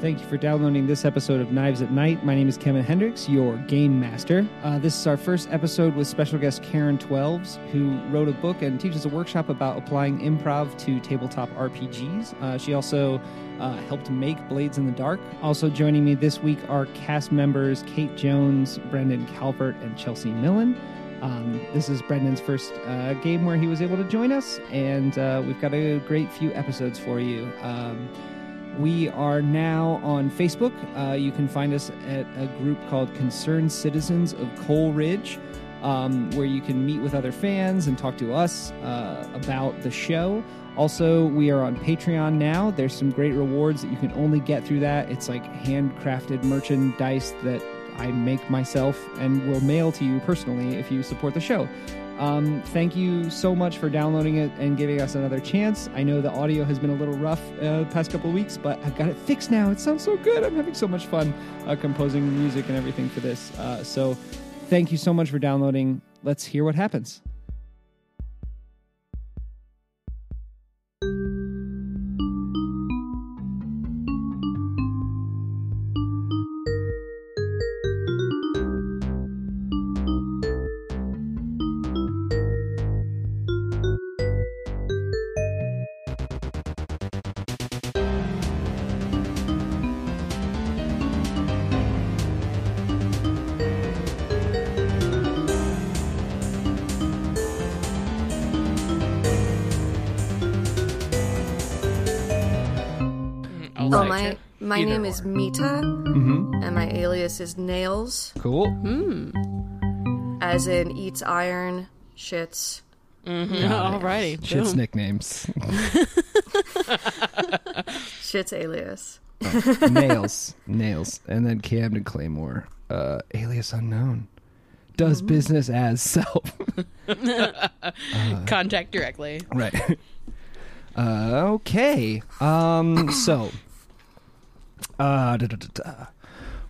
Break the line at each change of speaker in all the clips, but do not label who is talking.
Thank you for downloading this episode of Knives at Night. My name is Kevin Hendricks, your game master. Uh, this is our first episode with special guest Karen Twelves, who wrote a book and teaches a workshop about applying improv to tabletop RPGs. Uh, she also uh, helped make Blades in the Dark. Also joining me this week are cast members Kate Jones, Brendan Calvert, and Chelsea Millen. Um, this is Brendan's first uh, game where he was able to join us, and uh, we've got a great few episodes for you. Um, we are now on Facebook. Uh, you can find us at a group called Concerned Citizens of Coal Ridge, um, where you can meet with other fans and talk to us uh, about the show. Also, we are on Patreon now. There's some great rewards that you can only get through that. It's like handcrafted merchandise that I make myself and will mail to you personally if you support the show. Um, thank you so much for downloading it and giving us another chance. I know the audio has been a little rough uh, past couple of weeks, but I've got it fixed now. It sounds so good. I'm having so much fun uh, composing the music and everything for this. Uh, so, thank you so much for downloading. Let's hear what happens.
I'll
Oh
take
my!
it.
My
Either
name
or.
is Mita,
Mm-hmm.
and my alias is Nails,
Cool.
as in eats iron, shits.
Alrighty.
Shit's
boom.
nicknames.
Shits alias.
Nails. Nails. And then Camden Claymore, uh, alias unknown, does business as self.
Contact directly.
Right. Uh, okay. Um, so, uh, da, da, da, da.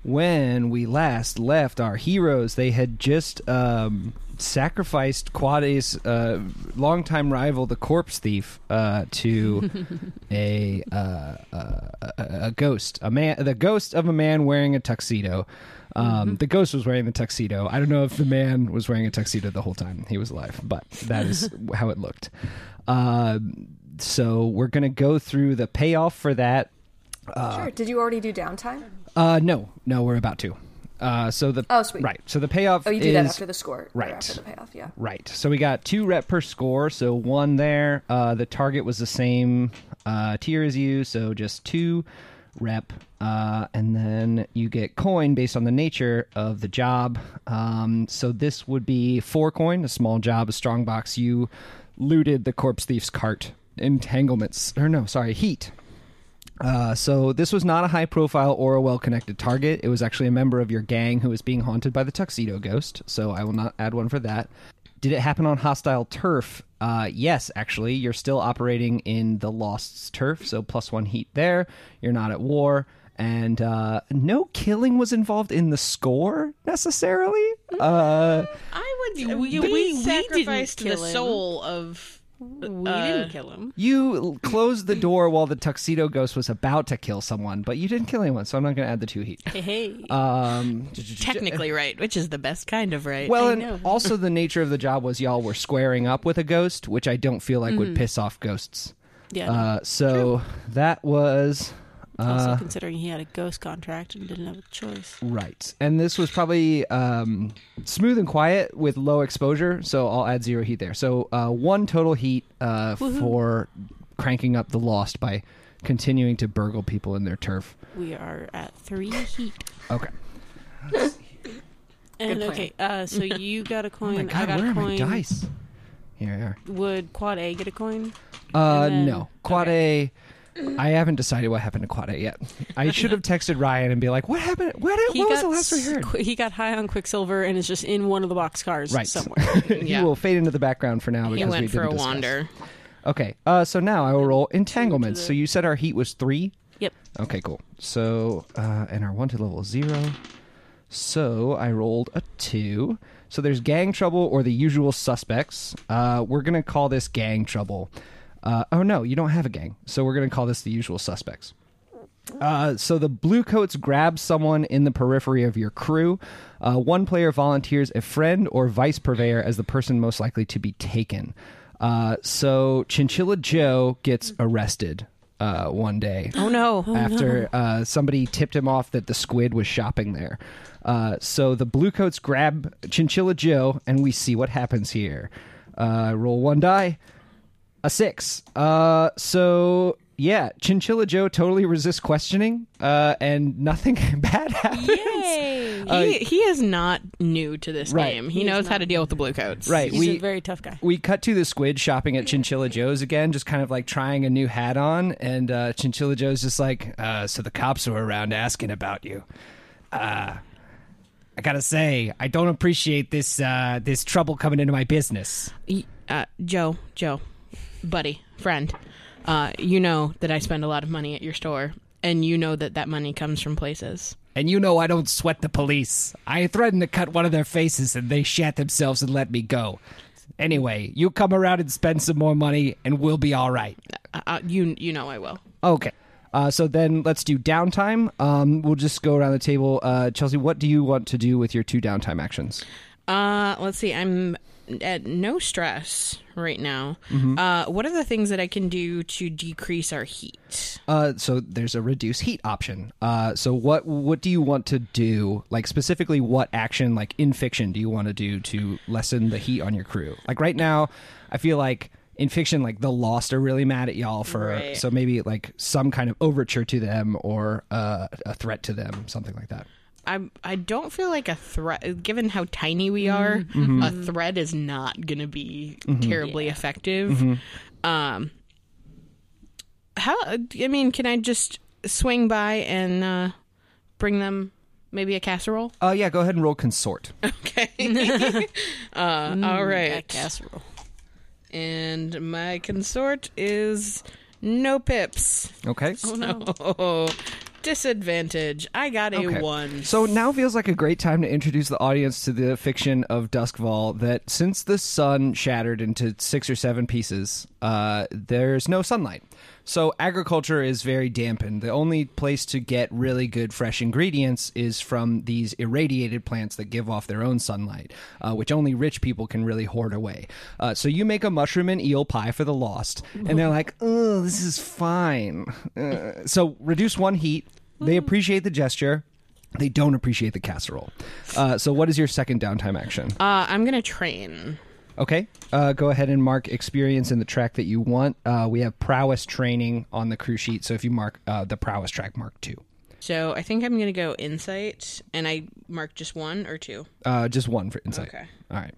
when we last left our heroes, they had just um, sacrificed Quade's uh, longtime rival, the corpse thief, uh, to a, uh, uh, a a ghost, a man, the ghost of a man wearing a tuxedo. Um, The ghost was wearing the tuxedo. I don't know if the man was wearing a tuxedo the whole time he was alive, but that is how it looked. Uh, so we're gonna go through the payoff for that.
Uh,
sure. Did you already do downtime?
Uh, no, no, we're about to. Uh, so the
Oh, sweet.
right. So the payoff.
Oh, you do that
is-
after the score. or
right.
after the payoff, yeah.
Right. So we got two rep per score. So one there. Uh, the target was the same uh, tier as you. So just two rep. Uh, and then you get coin based on the nature of the job. Um, so this would be four coin, a small job, a strong box. You looted the corpse thief's cart. Entanglements. Or no, sorry, heat. Uh, so this was not a high profile or a well connected target. It was actually a member of your gang who was being haunted by the tuxedo ghost. So I will not add one for that. Did it happen on hostile turf? Uh, yes, actually. You're still operating in the Lost's turf, so plus one heat there. You're not at war. And uh, no killing was involved in the score necessarily. Uh,
I would.
we
We, we
sacrificed
sacrificed the
the
soul of.
We didn't
Uh,
kill him.
you l- closed the door while the tuxedo ghost was about to kill someone, but you didn't kill anyone, so I'm not going to add the two heat.
Hey,
Um,
Technically right, which is the best kind of right.
Well, and also the nature of the job was y'all were squaring up with a ghost, which I don't feel like would piss off ghosts.
Mm-hmm. yeah.
Uh, so that was Uh,
also, considering he had a ghost contract and didn't have a choice.
right, and this was probably um, smooth and quiet with low exposure. So I'll add zero heat there. So uh, one total heat uh, for cranking up the lost by continuing to burgle people in their turf.
We are at three heat.
Okay.
And
plan.
okay, uh, so you got a coin.
Oh my
I
god,
got
where
a
are
coin.
my dice? Here they are.
Would Quad A get a coin?
Uh,
And then-
no. Quad A. I haven't decided what happened to Quad A yet. I should have texted Ryan and be like, "What happened? What, what was the last we
s-
heard?"
qu- he got high on Quicksilver and is just in one of the boxcars
Right.
somewhere.
He
Yeah.
will fade into the background for now because
he
we
went
didn't
for a
discuss.
wander.
Okay. Uh, so now I will roll entanglements. So you said our heat was three.
Yep.
Okay, cool. So uh, and our wanted level is zero. So I rolled a two. So there's gang trouble or the usual suspects. Uh, we're gonna call this gang trouble. Uh, oh no, you don't have a gang. So we're gonna call this the usual suspects. Uh, so the bluecoats grab someone in the periphery of your crew. Uh, one player volunteers a friend or vice purveyor as the person most likely to be taken. Uh, so Chinchilla Joe gets arrested uh, one day
Oh no.
after uh, somebody tipped him off that the squid was shopping there. Uh, so the bluecoats grab Chinchilla Joe, and we see what happens here. Uh, roll one die, a six. Uh, so yeah, Chinchilla Joe totally resists questioning, uh, and nothing bad happens.
Yay. He, he is not new to this
Uh, Right.
game. He, knows how to deal with the blue coats.
Right,
He's
we
a very tough guy.
we cut to the squid shopping at Chinchilla Joe's again, just kind of like trying a new hat on, and uh, Chinchilla Joe's just like, uh, "So the cops were around asking about you." Uh, I gotta say, I don't appreciate this uh, this trouble coming into my business.
Y- Uh, Joe, Joe, buddy, friend, uh, you know that I spend a lot of money at your store, and you know that that money comes from places.
And you know I don't sweat the police. I threatened to cut one of their faces and they shat themselves and let me go. Anyway, you come around and spend some more money and we'll be all right.
Uh, uh, you you know I will.
Okay. Uh, so then let's do downtime. Um, we'll just go around the table. Uh, Chelsea, what do you want to do with your two downtime actions?
Uh, let's see. I'm at no stress right now. Uh, what are the things that I can do to decrease our heat?
Uh, so there's a reduce heat option. Uh, so what what do you want to do? Like specifically, what action, like in fiction, do you want to do to lessen the heat on your crew? Like right now, I feel like in fiction, like the Lost are really mad at y'all for
Right.
so maybe like some kind of overture to them or uh, a threat to them, something like that.
I I don't feel like a threat. Given how tiny we are, a threat is not going to be terribly effective. Um, how? I mean, can I just swing by and uh, bring them maybe a casserole?
uh, yeah, go ahead and roll consort.
Okay. uh, all
That
right.
casserole.
And my consort is no pips.
Okay.
Oh, disadvantage. I got a
Okay.
one.
So now feels like a great time to introduce the audience to the fiction of Duskfall that since the sun shattered into six or seven pieces, uh, there's no sunlight. So agriculture is very dampened. The only place to get really good fresh ingredients is from these irradiated plants that give off their own sunlight, uh, which only rich people can really hoard away. Uh, so you make a mushroom and eel pie for the lost, and they're like, "Oh, this is fine." Uh, so reduce one heat. They appreciate the gesture they don't appreciate the casserole. Uh, so, what is your second downtime action?
Uh, I'm gonna train.
Okay, uh, go ahead and mark experience in the track that you want. Uh, we have prowess training on the crew sheet, so if you mark uh, the prowess track, mark two.
So I think I'm gonna go insight, and I mark just one or two.
Uh, just one for insight.
Okay.
All right.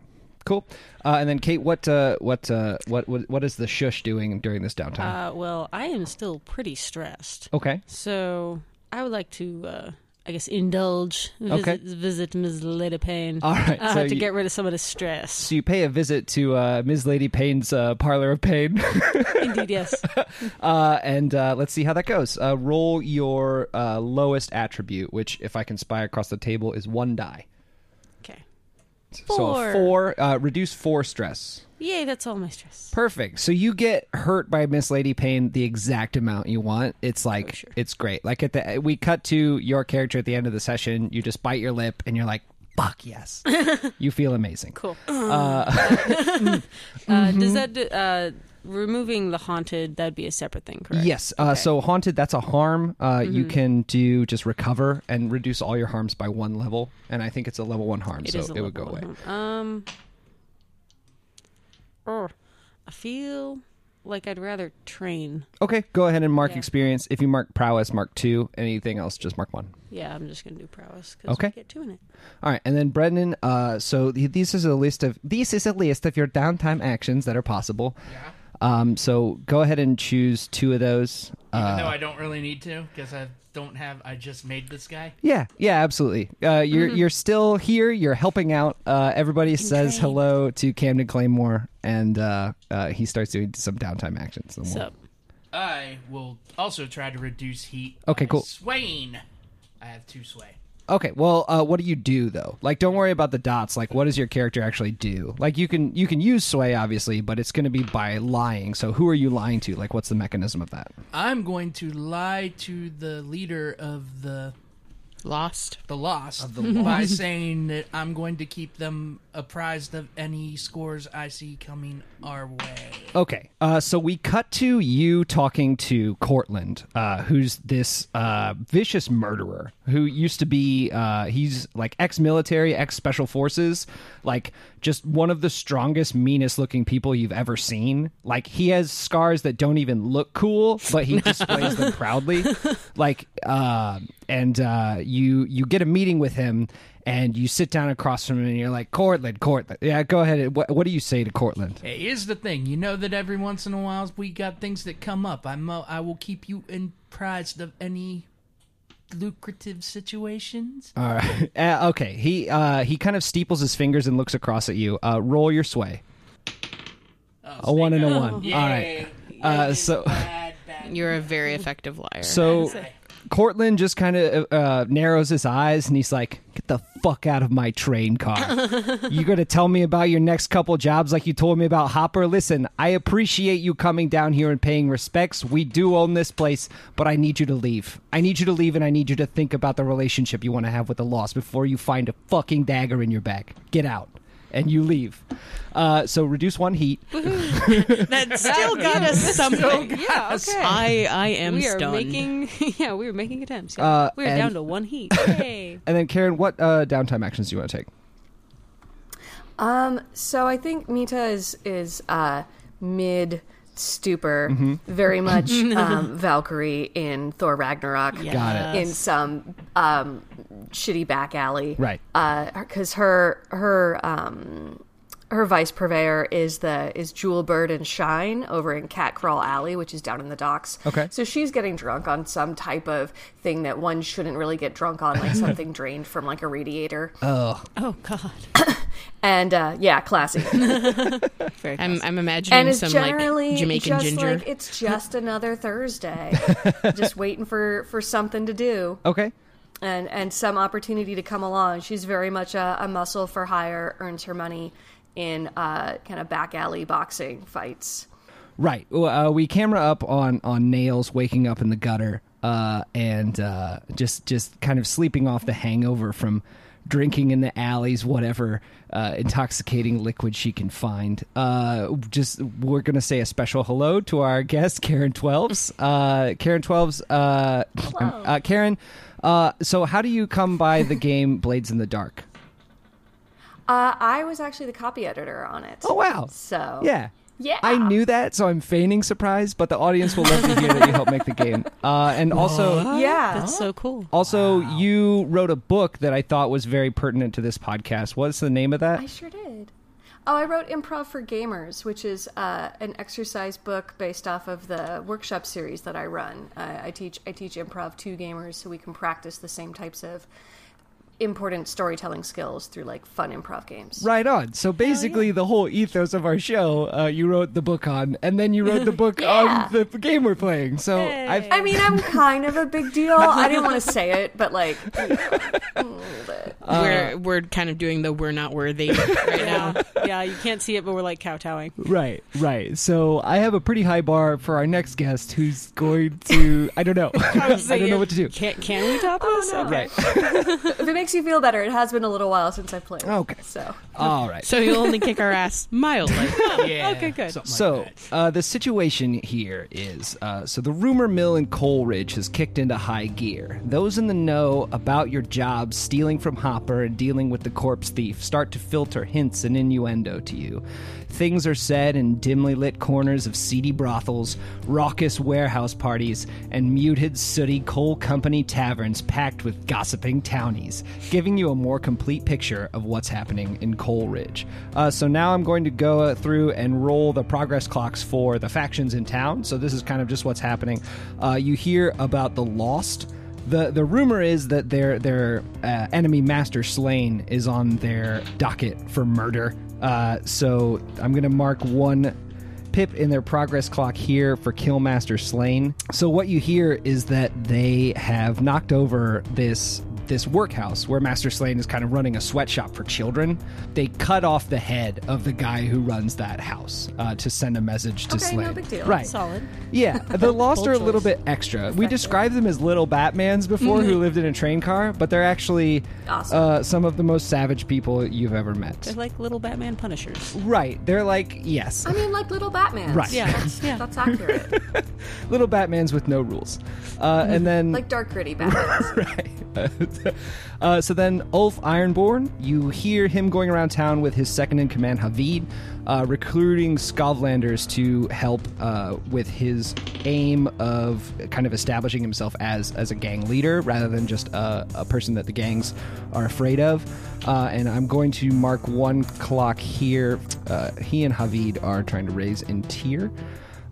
Cool. Uh, and then, Kate, what uh, what, uh, what what what is the shush doing during this downtime?
Uh, well, I am still pretty stressed.
okay.
So I would like to, uh, I guess, indulge, visit,
Okay.
visit Ms. Lidipane.
All right,
Uh,
so
to
you-
get rid of some of the stress.
So you pay a visit to uh, Ms. Lady Payne's uh, parlor of pain,
Indeed, yes.
uh, and uh, let's see how that goes. Uh, roll your uh, lowest attribute, which, if I can spy across the table, is one die.
Okay.
So a
Four.
four, uh, reduce four stress.
Yay, that's all my stress.
Perfect. So you get hurt by Miss Lady Pain the exact amount you want. It's like it's great. Like at the we cut to your character at the end of the session. You just bite your lip and you're like, "Fuck yes!" you feel amazing.
Cool. Uh,
Mm-hmm.
Does that do- uh, removing the haunted? That'd be a separate thing, correct?
Yes. Uh, So haunted, that's a harm. Uh,
Mm-hmm.
You can do just recover and reduce all your harms by one level, and I think it's a level one harm, so
is a
it would go
level
away.
one. Um, er, I feel like I'd rather train.
Okay, go ahead and mark
Yeah.
experience. If you mark prowess, mark two. Anything else, just mark one.
Yeah, I'm just gonna do prowess because
Okay.
we get two in it.
All right, and then Brendan. Uh, so th- this is a list of this is a list of your downtime actions that are possible. Yeah. Um, so go ahead and choose two of those.
Even
Uh,
though I don't really need to, because I don't have. I just made this guy.
yeah, yeah, absolutely. Uh, you're you're still here. You're helping out. Uh, everybody says hello to Camden Claymore, and uh, uh, he starts doing some downtime actions. And we'll-
So
I will also try to reduce heat.
Okay,
by
cool.
Swaying. I have two sway.
Okay, well, uh, what do you do though? Like, don't worry about the dots. Like, what does your character actually do? Like, you can you can use sway obviously, but it's going to be by lying. So, who are you lying to? Like, what's the mechanism of that?
I'm going to lie to the leader of the
Lost.
the lost by saying that I'm going to keep them apprised of any scores I see coming our way.
Okay, uh, so we cut to you talking to Cortland, uh, who's this uh, vicious murderer who used to be uh, he's like ex-military, ex-special forces, like just one of the strongest, meanest looking people you've ever seen. Like he has scars that don't even look cool, but he displays them proudly. Like, uh, and uh, you you get a meeting with him. And you sit down across from him, and you're like, "Cortland, Cortland, yeah, go ahead. What, what do you say to Cortland?"
Hey, here's the thing. You know that every once in a while we got things that come up. I'm uh, I will keep you apprised of any lucrative situations.
All right. Uh, okay. He uh, he kind of steeples his fingers and looks across at you. Uh, roll your sway. a one and a one.
Oh.
All right. Uh, so
Bad, bad.
You're a very effective liar.
so Cortland just kind of uh, narrows his eyes and he's like, "Get the fuck out of my train car! you gonna tell me about your next couple jobs like you told me about Hopper? Listen, I appreciate you coming down here and paying respects. We do own this place, but I need you to leave. I need you to leave, and I need you to think about the relationship you want to have with the lost before you find a fucking dagger in your back. Get out." And you leave. Uh, so reduce one heat.
that still got us something.
Yeah, okay.
I I am
we are
stunned.
making yeah, we are making attempts. Yeah.
Uh,
we are
and-
down to one heat. Yay.
And then, Karen, what uh, downtime actions do you want to take?
Um, so I think Mita is is uh, mid stupor,
Mm-hmm.
very much um, Valkyrie in Thor Ragnarok.
Got
In some um, shitty back alley,
Right.
Because her her um, her vice purveyor is the is Jewel Bird and Shine over in Cat Crawl Alley, which is down in the docks.
Okay.
So she's getting drunk on some type of thing that one shouldn't really get drunk on, like something drained from like a radiator.
Uh.
Oh God.
and uh, yeah, classy.
Very
I'm I'm
and
imagining
it's
some
generally
like Jamaican
just
ginger.
like it's just another Thursday, just waiting for for something to do
Okay.
and and some opportunity to come along. She's very much a, a muscle for hire, earns her money in uh, kind of back alley boxing fights.
Right. Uh, we camera up on on nails waking up in the gutter uh, and uh, just just kind of sleeping off the hangover from drinking in the alleys, whatever uh, intoxicating liquid she can find. Uh, just we're gonna say a special hello to our guest Karen Twelves. Uh, Karen Twelves. Uh, uh, Karen. Uh, so how do you come by the game Blades in the Dark?
Uh, I was actually the copy editor on it.
Oh wow.
So
Yeah.
Yeah.
I knew that, so I'm feigning surprise, but the audience will love to hear that you helped make the game. Uh, and also,
yeah.
That's so cool.
also you wrote a book that I thought was very pertinent to this podcast. What's the name of that?
I sure did. Oh, I wrote Improv for Gamers, which is uh, an exercise book based off of the workshop series that I run. Uh, I teach I teach improv to gamers, so we can practice the same types of important storytelling skills through like fun improv games.
Right on. So basically, the whole ethos of our show, uh, you wrote the book on, and then you wrote the book on the f- game we're playing. So I've,
I mean, I'm kind of a big deal. I didn't want to say it, but like,
uh,
we're we're kind of doing the we're not worthy right now.
Yeah. yeah, you can't see it, but we're like kowtowing.
right, right. So I have a pretty high bar for our next guest, who's going to. I don't know. I don't know what to do.
Can, can we top this? Okay.
if it makes you feel better, it has been a little while since I played.
Okay.
so
All right.
So you'll only kick our ass mildly.
Yeah.
Okay, good.
something like
So
that.
uh, the situation here is uh, so the rumor mill in Coleridge has kicked into high gear. Those in the know about your job stealing from Hopper and dealing with the corpse thief start to filter hints and innuendo to you. Things are said in dimly lit corners of seedy brothels, raucous warehouse parties, and muted, sooty coal company taverns packed with gossiping townies, giving you a more complete picture of what's happening in Coleridge. Uh, so now I'm going to go uh, through and roll the progress clocks for the factions in town. So this is kind of just what's happening. Uh, you hear about the lost. The, the rumor is that their their uh, enemy master slain is on their docket for murder. Uh, so I'm going to mark one pip in their progress clock here for Killmaster Slain. So what you hear is that they have knocked over this this workhouse where Master Slane is kind of running a sweatshop for children. They cut off the head of the guy who runs that house uh, to send a message to
Okay,
Slane.
no big deal.
Right.
Solid.
Yeah, the Lost are a little bit extra. We described them as little Batmans before who lived in a train car, but they're actually
Mm-hmm. Awesome.
uh, some of the most savage people you've ever
They're
met.
like little Batman Punishers.
Right. They're like, yes,
I mean, like little Batman.
Right.
Yeah,
That's,
yeah.
that's accurate.
little Batmans with no rules. Uh, and then.
like dark gritty Batman.
right. uh, so then, Ulf Ironborn, you hear him going around town with his second in command, Havid, uh, recruiting Skovlanders to help uh, with his aim of kind of establishing himself as as a gang leader rather than just a, a person that the gangs are afraid of. Uh, and I'm going to mark one clock here. Uh, he and Havid are trying to raise in tier.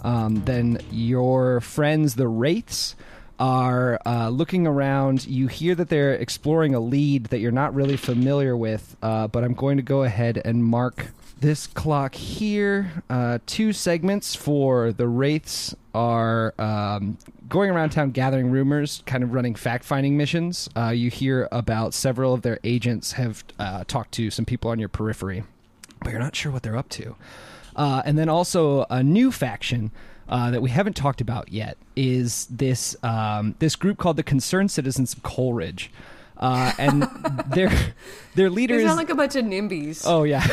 Um, then your friends, the Wraiths, are uh, looking around. You hear that they're exploring a lead that you're not really familiar with, uh, but I'm going to go ahead and mark this clock here. Uh, two segments for the Wraiths are um, going around town gathering rumors, kind of running fact finding missions. Uh, you hear about several of their agents have uh, talked to some people on your periphery but you're not sure what they're up to. Uh, and then also a new faction uh, that we haven't talked about yet is this um, this group called the Concerned Citizens of Coleridge, uh, and their their leader
They
is
sound like a bunch of NIMBYs.
oh yeah.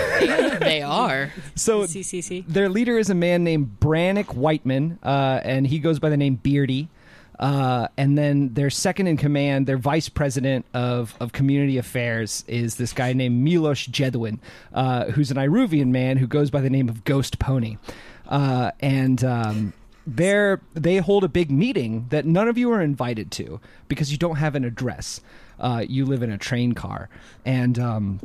they are.
So
CCC.
their leader is a man named Brannick Whiteman, uh, and he goes by the name Beardy. Uh, and then their second in command, their vice president of, of community affairs, is this guy named Milos Jedwin, uh, who's an Iruvian man who goes by the name of Ghost Pony. Uh, and um, they're, they hold a big meeting that none of you are invited to because you don't have an address. Uh, you live in a train car. And um,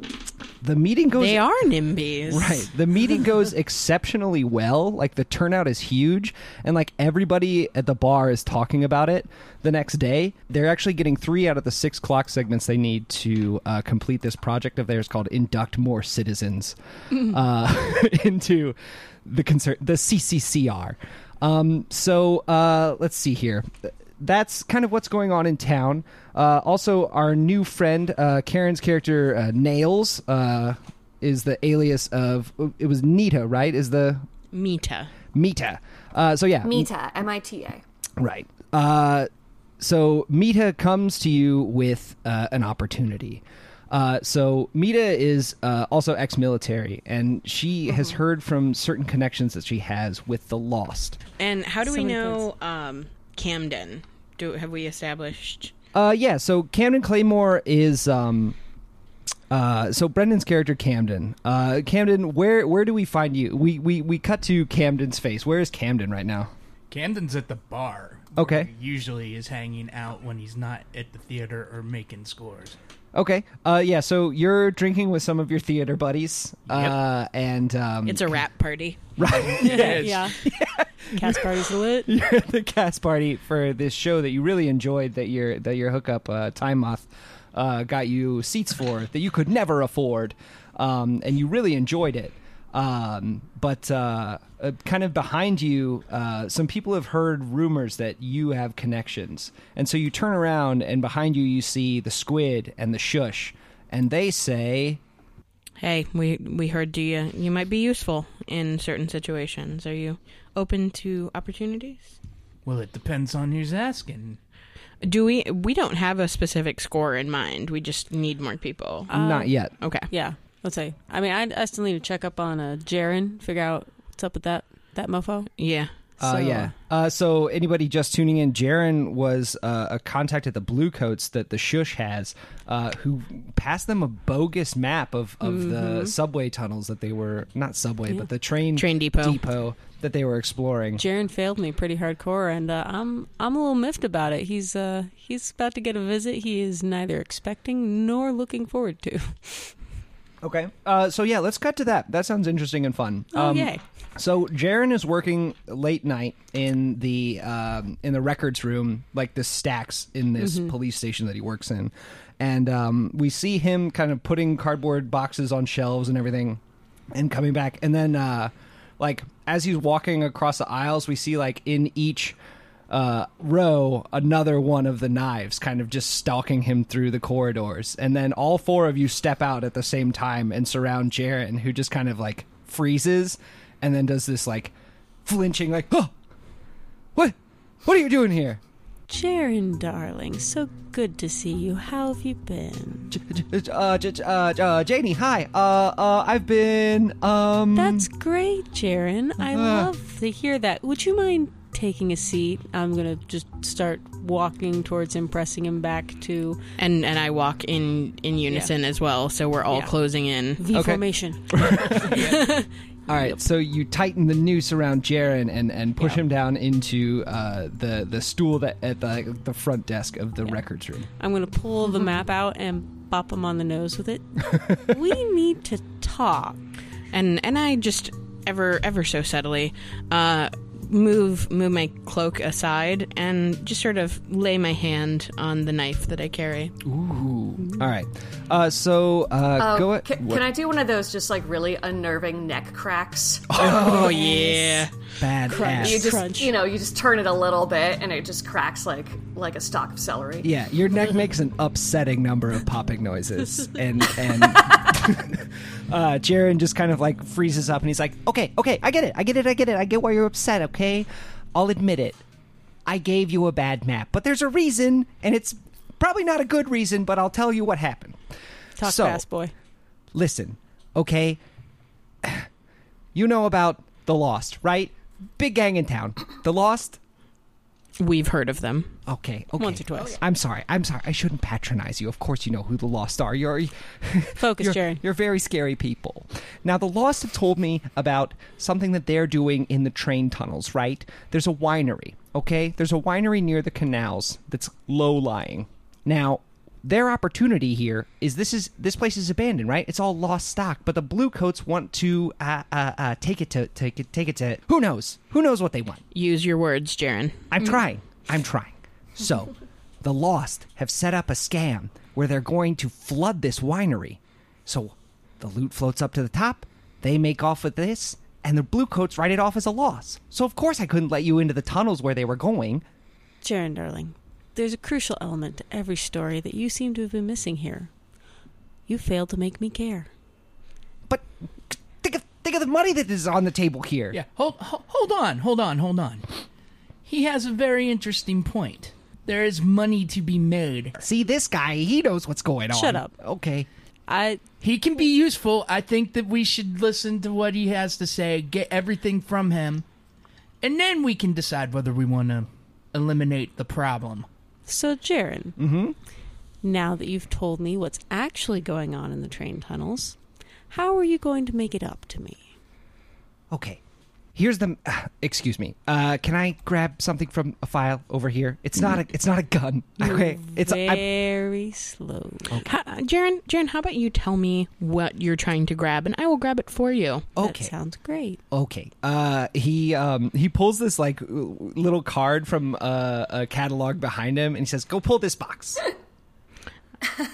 the meeting goes
They are NIMBYs.
Right. The meeting goes exceptionally well. Like the turnout is huge and like everybody at the bar is talking about it the next day. They're actually getting three out of the six clock segments they need to uh, complete this project of theirs called Induct More Citizens uh, into the concern the CCCR. Um, so uh, let's see here. That's kind of what's going on in town. Uh, also, our new friend uh, Karen's character uh, Nails uh, is the alias of it was Nita, right? Is the
Mita.
Mita? Uh, so yeah,
Mita, M I T A.
Right. Uh, so Mita comes to you with uh, an opportunity. Uh, so Mita is uh, also ex-military, and she has heard from certain connections that she has with the Lost.
And how do we know um, Camden? Do have we established?
Uh, yeah. So Camden Claymore is. Um, uh, so Brendan's character Camden. Uh, Camden, where where do we find you? We we we cut to Camden's face. Where is Camden right now?
Camden's at the bar.
Okay.
where he usually is hanging out when he's not at the theater or making scores.
Okay. Uh, yeah. So you're drinking with some of your theater buddies. Uh, and um,
It's a rap party.
Yeah. Cast parties are lit.
you're at the cast party for this show that you really enjoyed that your that your hookup uh, time moth uh, got you seats for that you could never afford um, and you really enjoyed it um, but uh, uh, kind of behind you uh, some people have heard rumors that you have connections and so you turn around and behind you you see the squid and the shush and they say
Hey, we we heard you. You might be useful in certain situations. Are you open to opportunities?
Well, it depends on who's asking.
Do we? We don't have a specific score in mind. We just need more people.
not yet
okay.
Yeah. Let's say. I mean, I, I still need to check up on uh, Jaren, figure out what's up with that that mofo.
Yeah.
Uh,
So-
yeah. Uh, so anybody just tuning in, Jaren was uh, a contact at the Bluecoats that the Shush has, uh, who passed them a bogus map of, of
Mm-hmm.
the subway tunnels that they were not subway, but the train
Train depot.
that they were exploring.
Jaren failed me pretty hardcore, and uh, I'm I'm a little miffed about it. He's uh he's about to get a visit he is neither expecting nor looking forward to.
Um, Okay. Uh, so yeah, let's cut to that. That sounds interesting and fun. Um,
Oh, yay.
So Jaren is working late night in the um, in the records room, like the stacks in this police station that he works in, and um, we see him kind of putting cardboard boxes on shelves and everything, and coming back, and then uh, like as he's walking across the aisles, we see like in each. uh, uh, Roe, another one of the knives, kind of just stalking him through the corridors. And then all four of you step out at the same time and surround Jaren, who just kind of like freezes and then does this like flinching, like, oh, what? What are you doing here?
Jaren, darling, so good to see you. How have you been?
J- j- Uh, j- j- uh, j- uh, Janie, hi. Uh, uh, I've been, um.
That's great, Jaren.
Ah.
I love to hear that. Would you mind taking a seat? I'm going to just start walking towards him, pressing him back to
and and I walk in in unison as well, so we're all
Yeah.
closing in.
V
Okay.
formation.
All right, so you tighten the noose around Jaren and, and push him down into uh, the the stool that at the the front desk of the records room.
I'm going to pull
Mm-hmm.
the map out and bop him on the nose with it. we need to talk.
And and I just ever ever so subtly uh move move my cloak aside and just sort of lay my hand on the knife that I carry.
Ooh. All right, uh, so uh,
Oh,
go. At,
ca- can,
what-
I do one of those just like really unnerving neck cracks?
Oh yeah.
bad ass.
you just
crunch.
you know you just turn it a little bit and it just cracks like like a stalk of celery.
Yeah, your neck makes an upsetting number of popping noises, and and uh, Jaren just kind of like freezes up, and he's like, "Okay, okay, I get it, I get it, I get it, I get why you're upset. Okay, I'll admit it. I gave you a bad map, but there's a reason, and it's probably not a good reason, but I'll tell you what happened.
Talk
So-
fast, boy.
Listen, okay, you know about the Lost, right? Big gang in town. The Lost,
We've heard of them.
Okay, okay.
Once or twice.
I'm sorry. I'm sorry. I shouldn't patronize you. Of course, you know who the Lost are. You're
Focus,
you're,
Jaren.
You're very scary people. Now, the Lost have told me about something that they're doing in the train tunnels. Right? There's a winery. Okay, there's a winery near the canals that's low lying. Now, their opportunity here is this is this place is abandoned. Right? It's all lost stock. But the blue coats want to uh, uh, uh, take it to take it take it to who knows who knows what they want.
Use your words, Jaren.
Mm.
I'm trying. I'm trying. So, the Lost have set up a scam where they're going to flood this winery. So, the loot floats up to the top, they make off with this, and the Bluecoats write it off as a loss. So, of course, I couldn't let you into the tunnels where they were going.
Jaren, darling, there's a crucial element to every story that you seem to have been missing here. You failed to make me care.
But think of, think of the money that is on the table here.
Yeah, hold, ho- hold on, hold on, hold on. He has a very interesting point. There is money to be made.
See, this guy, he knows what's going on.
Shut up.
Okay.
I
He can be useful. I think that we should listen to what he has to say, get everything from him, and then we can decide whether we want to eliminate the problem.
so Jaren. Mm-hmm. Now that you've told me what's actually going on in the train tunnels, how are you going to make it up to me?
Okay. Here's the. excuse me. Uh, can I grab something from a file over here? It's
Mm.
not a. It's not a gun. Okay. It's. a- I'm-
very slow.
Ha- Jaren, Jaren, how about you tell me what you're trying to grab and I will grab it for you.
okay.
That sounds great.
okay uh he um he pulls this like w- w- little card from uh, a catalog behind him and he says go pull this box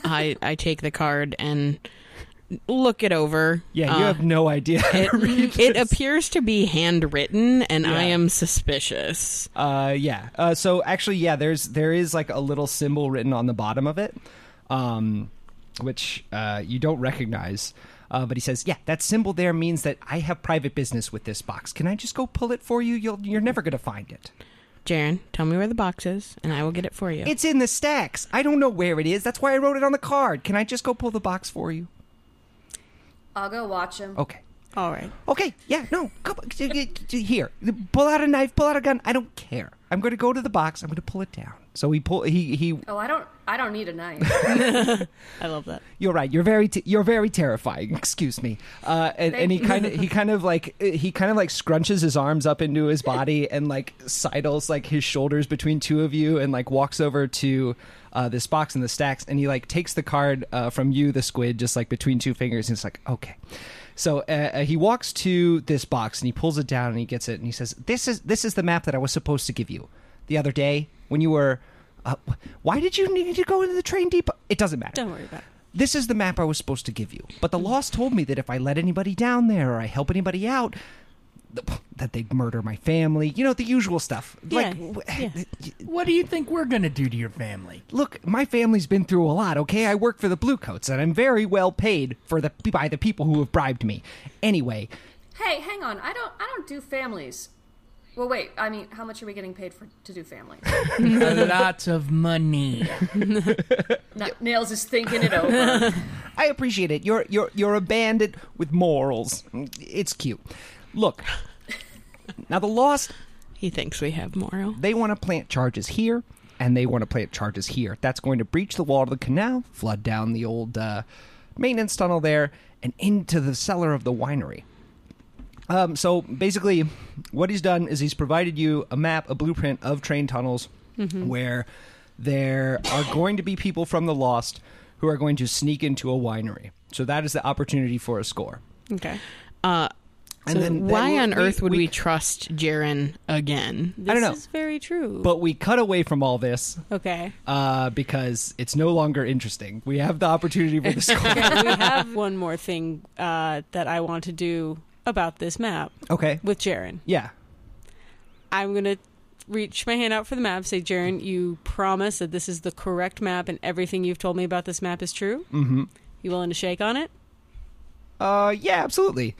I I take the card and look it over.
yeah you
Uh,
have no idea how to read
it, it
this.
appears to be handwritten and I
Yeah.
am suspicious.
uh yeah uh so actually yeah there's there is like a little symbol written on the bottom of it um which uh you don't recognize uh, but he says, "Yeah, that symbol there means that I have private business with this box. Can I just go pull it for you? You'll, you're never going to find it.
Jaren, tell me where the box is and I will get it for you.
It's in the stacks. I don't know where it is. That's why I wrote it on the card. Can I just go pull the box for you?
I'll go watch him.
Okay.
All right.
Okay, yeah, no, come on, g- g- g- here. Pull out a knife, pull out a gun. I don't care. I'm going to go to the box. I'm going to pull it down. So he pull he he.
Oh, I don't I don't need a knife.
I love that.
You're right. You're very t- you're very terrifying. Excuse me. Uh, and, and he kind of he kind of like uh, he kind of like scrunches his arms up into his body and like sidles like his shoulders between two of you and like walks over to uh, this box in the stacks and he like takes the card uh, from you the squid just like between two fingers and it's like okay. So uh, uh, he walks to this box and he pulls it down and he gets it and he says, "This is this is the map that I was supposed to give you the other day when you were. Uh, wh- why did you need to go into the train depot? It doesn't matter.
Don't worry about it.
This is the map I was supposed to give you, but the lost told me that if I let anybody down there or I help anybody out, that they murder my family. You know the usual stuff. Like,
Yeah,
w- eh,
What do you think we're gonna do to your family?
look, my family's been through a lot. Okay, I work for the Blue Coats, and I'm very well paid for the by the people who have bribed me. Anyway,
Hey, hang on. I don't. I don't do families. Well, wait. I mean, how much are we getting paid for to do families?
A lot of money.
Na- Nails is thinking it over.
I appreciate it. You're you're you're a bandit with morals. It's cute. Look. Now the lost
He thinks we have moral.
They want to plant charges here, and they want to plant charges here. That's going to breach the wall of the canal, flood down the old uh, maintenance tunnel there, and into the cellar of the winery. Um, so basically, what he's done is he's provided you a map, a blueprint of train tunnels
Mm-hmm.
where there are going to be people from the Lost who are going to sneak into a winery. So that is the opportunity for a score.
Okay.
Uh,
And
so
then- then
why
we-
on
we-
earth would
we-
we, trust Jaren again?
This
don't know.
is very true.
But we cut away from all this
okay.
uh, because it's no longer interesting. We have the opportunity for the score.
we have one more thing uh, that I want to do about this map
okay.
with Jaren.
Yeah.
I'm gonna reach my hand out for the map. Say, Jaren, you promise that this is the correct map, and everything you've told me about this map is true. Mm-hmm. You willing to shake on it?
Uh, yeah, absolutely.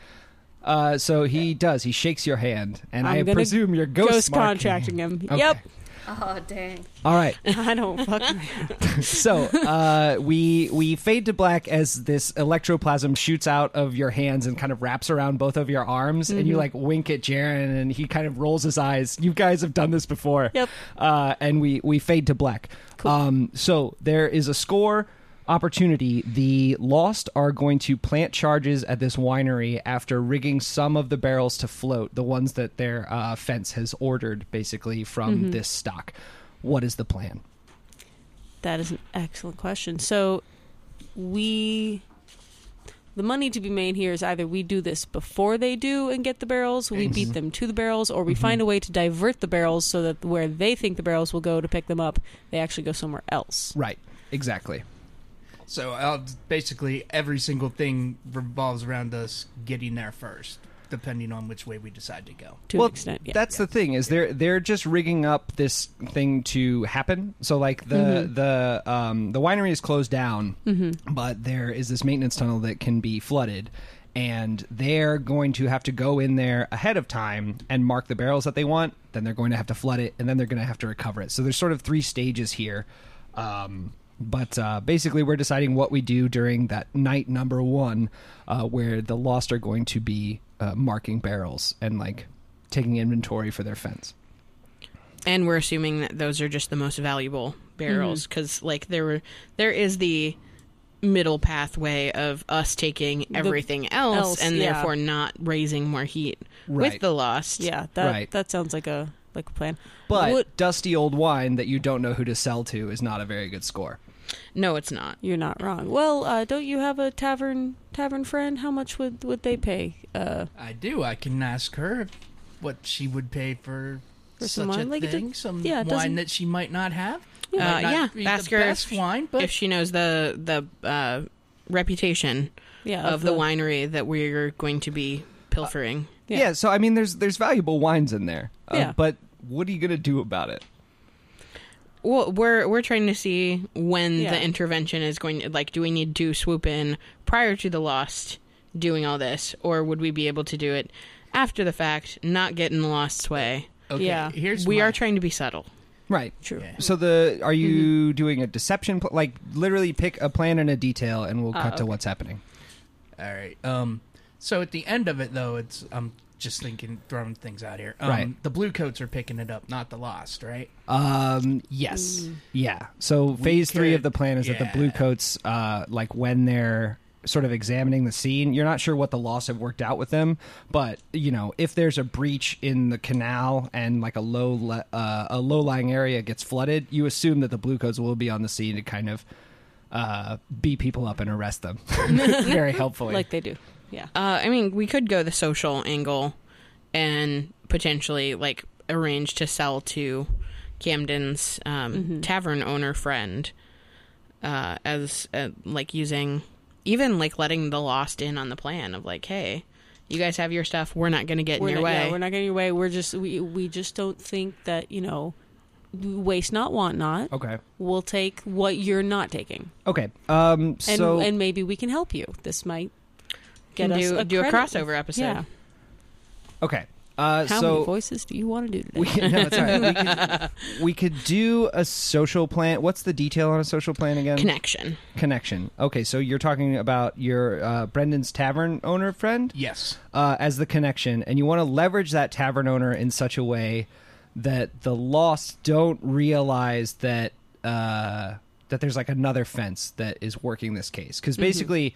Uh, so he does. He shakes your hand, and i
I'm gonna
presume you're ghost,
ghost
marking
contracting him.
Okay.
Yep.
oh, dang.
All right.
I don't fucking.
So uh, we we fade to black as this electroplasm shoots out of your hands and kind of wraps around both of your arms, and you like wink at Jaren, and he kind of rolls his eyes. You guys have done this before.
Yep.
Uh, and we we fade to black. Um, so there is a score opportunity. The Lost are going to plant charges at this winery after rigging some of the barrels to float, the ones that their uh, fence has ordered, basically from this stock. What is the plan?
That is an excellent question. So we the money to be made here is either we do this before they do and get the barrels, we beat them to the barrels, or we
Mm-hmm.
find a way to divert the barrels so that where they think the barrels will go to pick them up, they actually go somewhere else.
Right. Exactly.
So uh, basically, every single thing revolves around us getting there first, depending on which way we decide to go.
To an extent, yeah.
That's the thing is they're they're just rigging up this thing to happen. So like the
Mm-hmm.
the um, the winery is closed down, but there is this maintenance tunnel that can be flooded. And they're going to have to go in there ahead of time and mark the barrels that they want. Then they're going to have to flood it, and then they're going to have to recover it. So there's sort of three stages here. Um, but uh, basically, we're deciding what we do during that night number one, uh, where the lost are going to be uh, marking barrels and like taking inventory for their fence.
And we're assuming that those are just the most valuable barrels because, like, there were there is the middle pathway of us taking everything else,
else,
and
yeah.
therefore not raising more heat
Right.
with the lost.
yeah, that
Right.
that sounds like a like a plan.
But
Would-
dusty old wine that you don't know who to sell to is not a very good score.
No, it's not.
you're not wrong. Well, uh, don't you have a tavern tavern friend? How much would would they pay? Uh,
I do. I can ask her what she would pay for,
For some
such a
wine, like it
thing,
does-
some
yeah, it doesn't-
wine that she might not have.
Yeah,
Might
uh,
not
yeah.
be
ask
the
her
best
if,
wine, but
if she knows the the uh, reputation
yeah,
of the, winery that we're going to be pilfering.
Yeah.
Yeah.
so I mean, there's there's valuable wines in there. Uh,
Yeah.
But what are you gonna do about it?
well, we're we're trying to see when
Yeah.
the intervention is going. Like, do we need to swoop in prior to the lost doing all this, or would we be able to do it after the fact, not get in the lost's way?
okay,
yeah.
here's
we
my-
are trying to be subtle.
Right.
True. Mm-hmm.
Yeah.
So the are you doing a deception? Pl- like literally pick a plan and a detail, and
Ah,
we'll cut to what's happening.
All right. Um. So at the end of it, though, it's I'm just thinking, throwing things out here. Um,
Right.
The blue coats are picking it up, not the lost, right?
Um. Yes. Yeah. So phase three of
Mm. could-
the plan is that the
yeah.
blue coats, uh, like when they're sort of examining the scene, you're not sure what the loss have worked out with them, but you know if there's a breach in the canal and like a low le- uh, a low lying area gets flooded, you assume that the blue coats will be on the scene to kind of uh, beat people up and arrest them. Very helpfully.
like they do. Yeah.
Uh, I mean, we could go the social angle and potentially like arrange to sell to Camden's um,
Mm-hmm.
tavern owner friend uh, as uh, like using even like letting the lost in on the plan of like, hey, You guys have your stuff. We're not going to get
we're
in your
not,
way.
Yeah, we're not getting your way. We're just we we just don't think that you know, waste not, want not.
Okay.
We'll take what you're not taking,
Okay. Um,
and
so
and maybe we can help you. This might get
Can
us
do-
a
do a
credit.
crossover episode.
Yeah.
okay. Uh,
How
so
many voices do you want to do today?
we can, no, it's all right. We could, we could do a social plan. What's the detail on a social plan again?
Connection.
Connection. Okay, so you're talking about your uh, Brendan's tavern owner friend
Yes.
uh, as the connection, and you want to leverage that tavern owner in such a way that the lost don't realize that uh, that there's like another fence that is working this case.
Mm-hmm.
Because basically,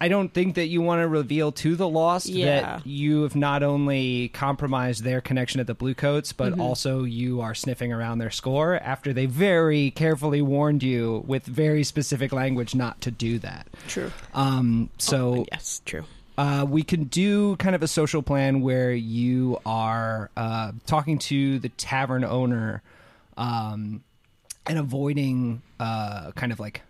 I don't think that you want to reveal to the lost
Yeah.
that you have not only compromised their connection at the Bluecoats, but
Mm-hmm.
also you are sniffing around their score after they very carefully warned you with very specific language not to do that.
True. Oh,
Um, so
Yes, true.
uh, we can do kind of a social plan where you are uh, talking to the tavern owner um, and avoiding uh, kind of like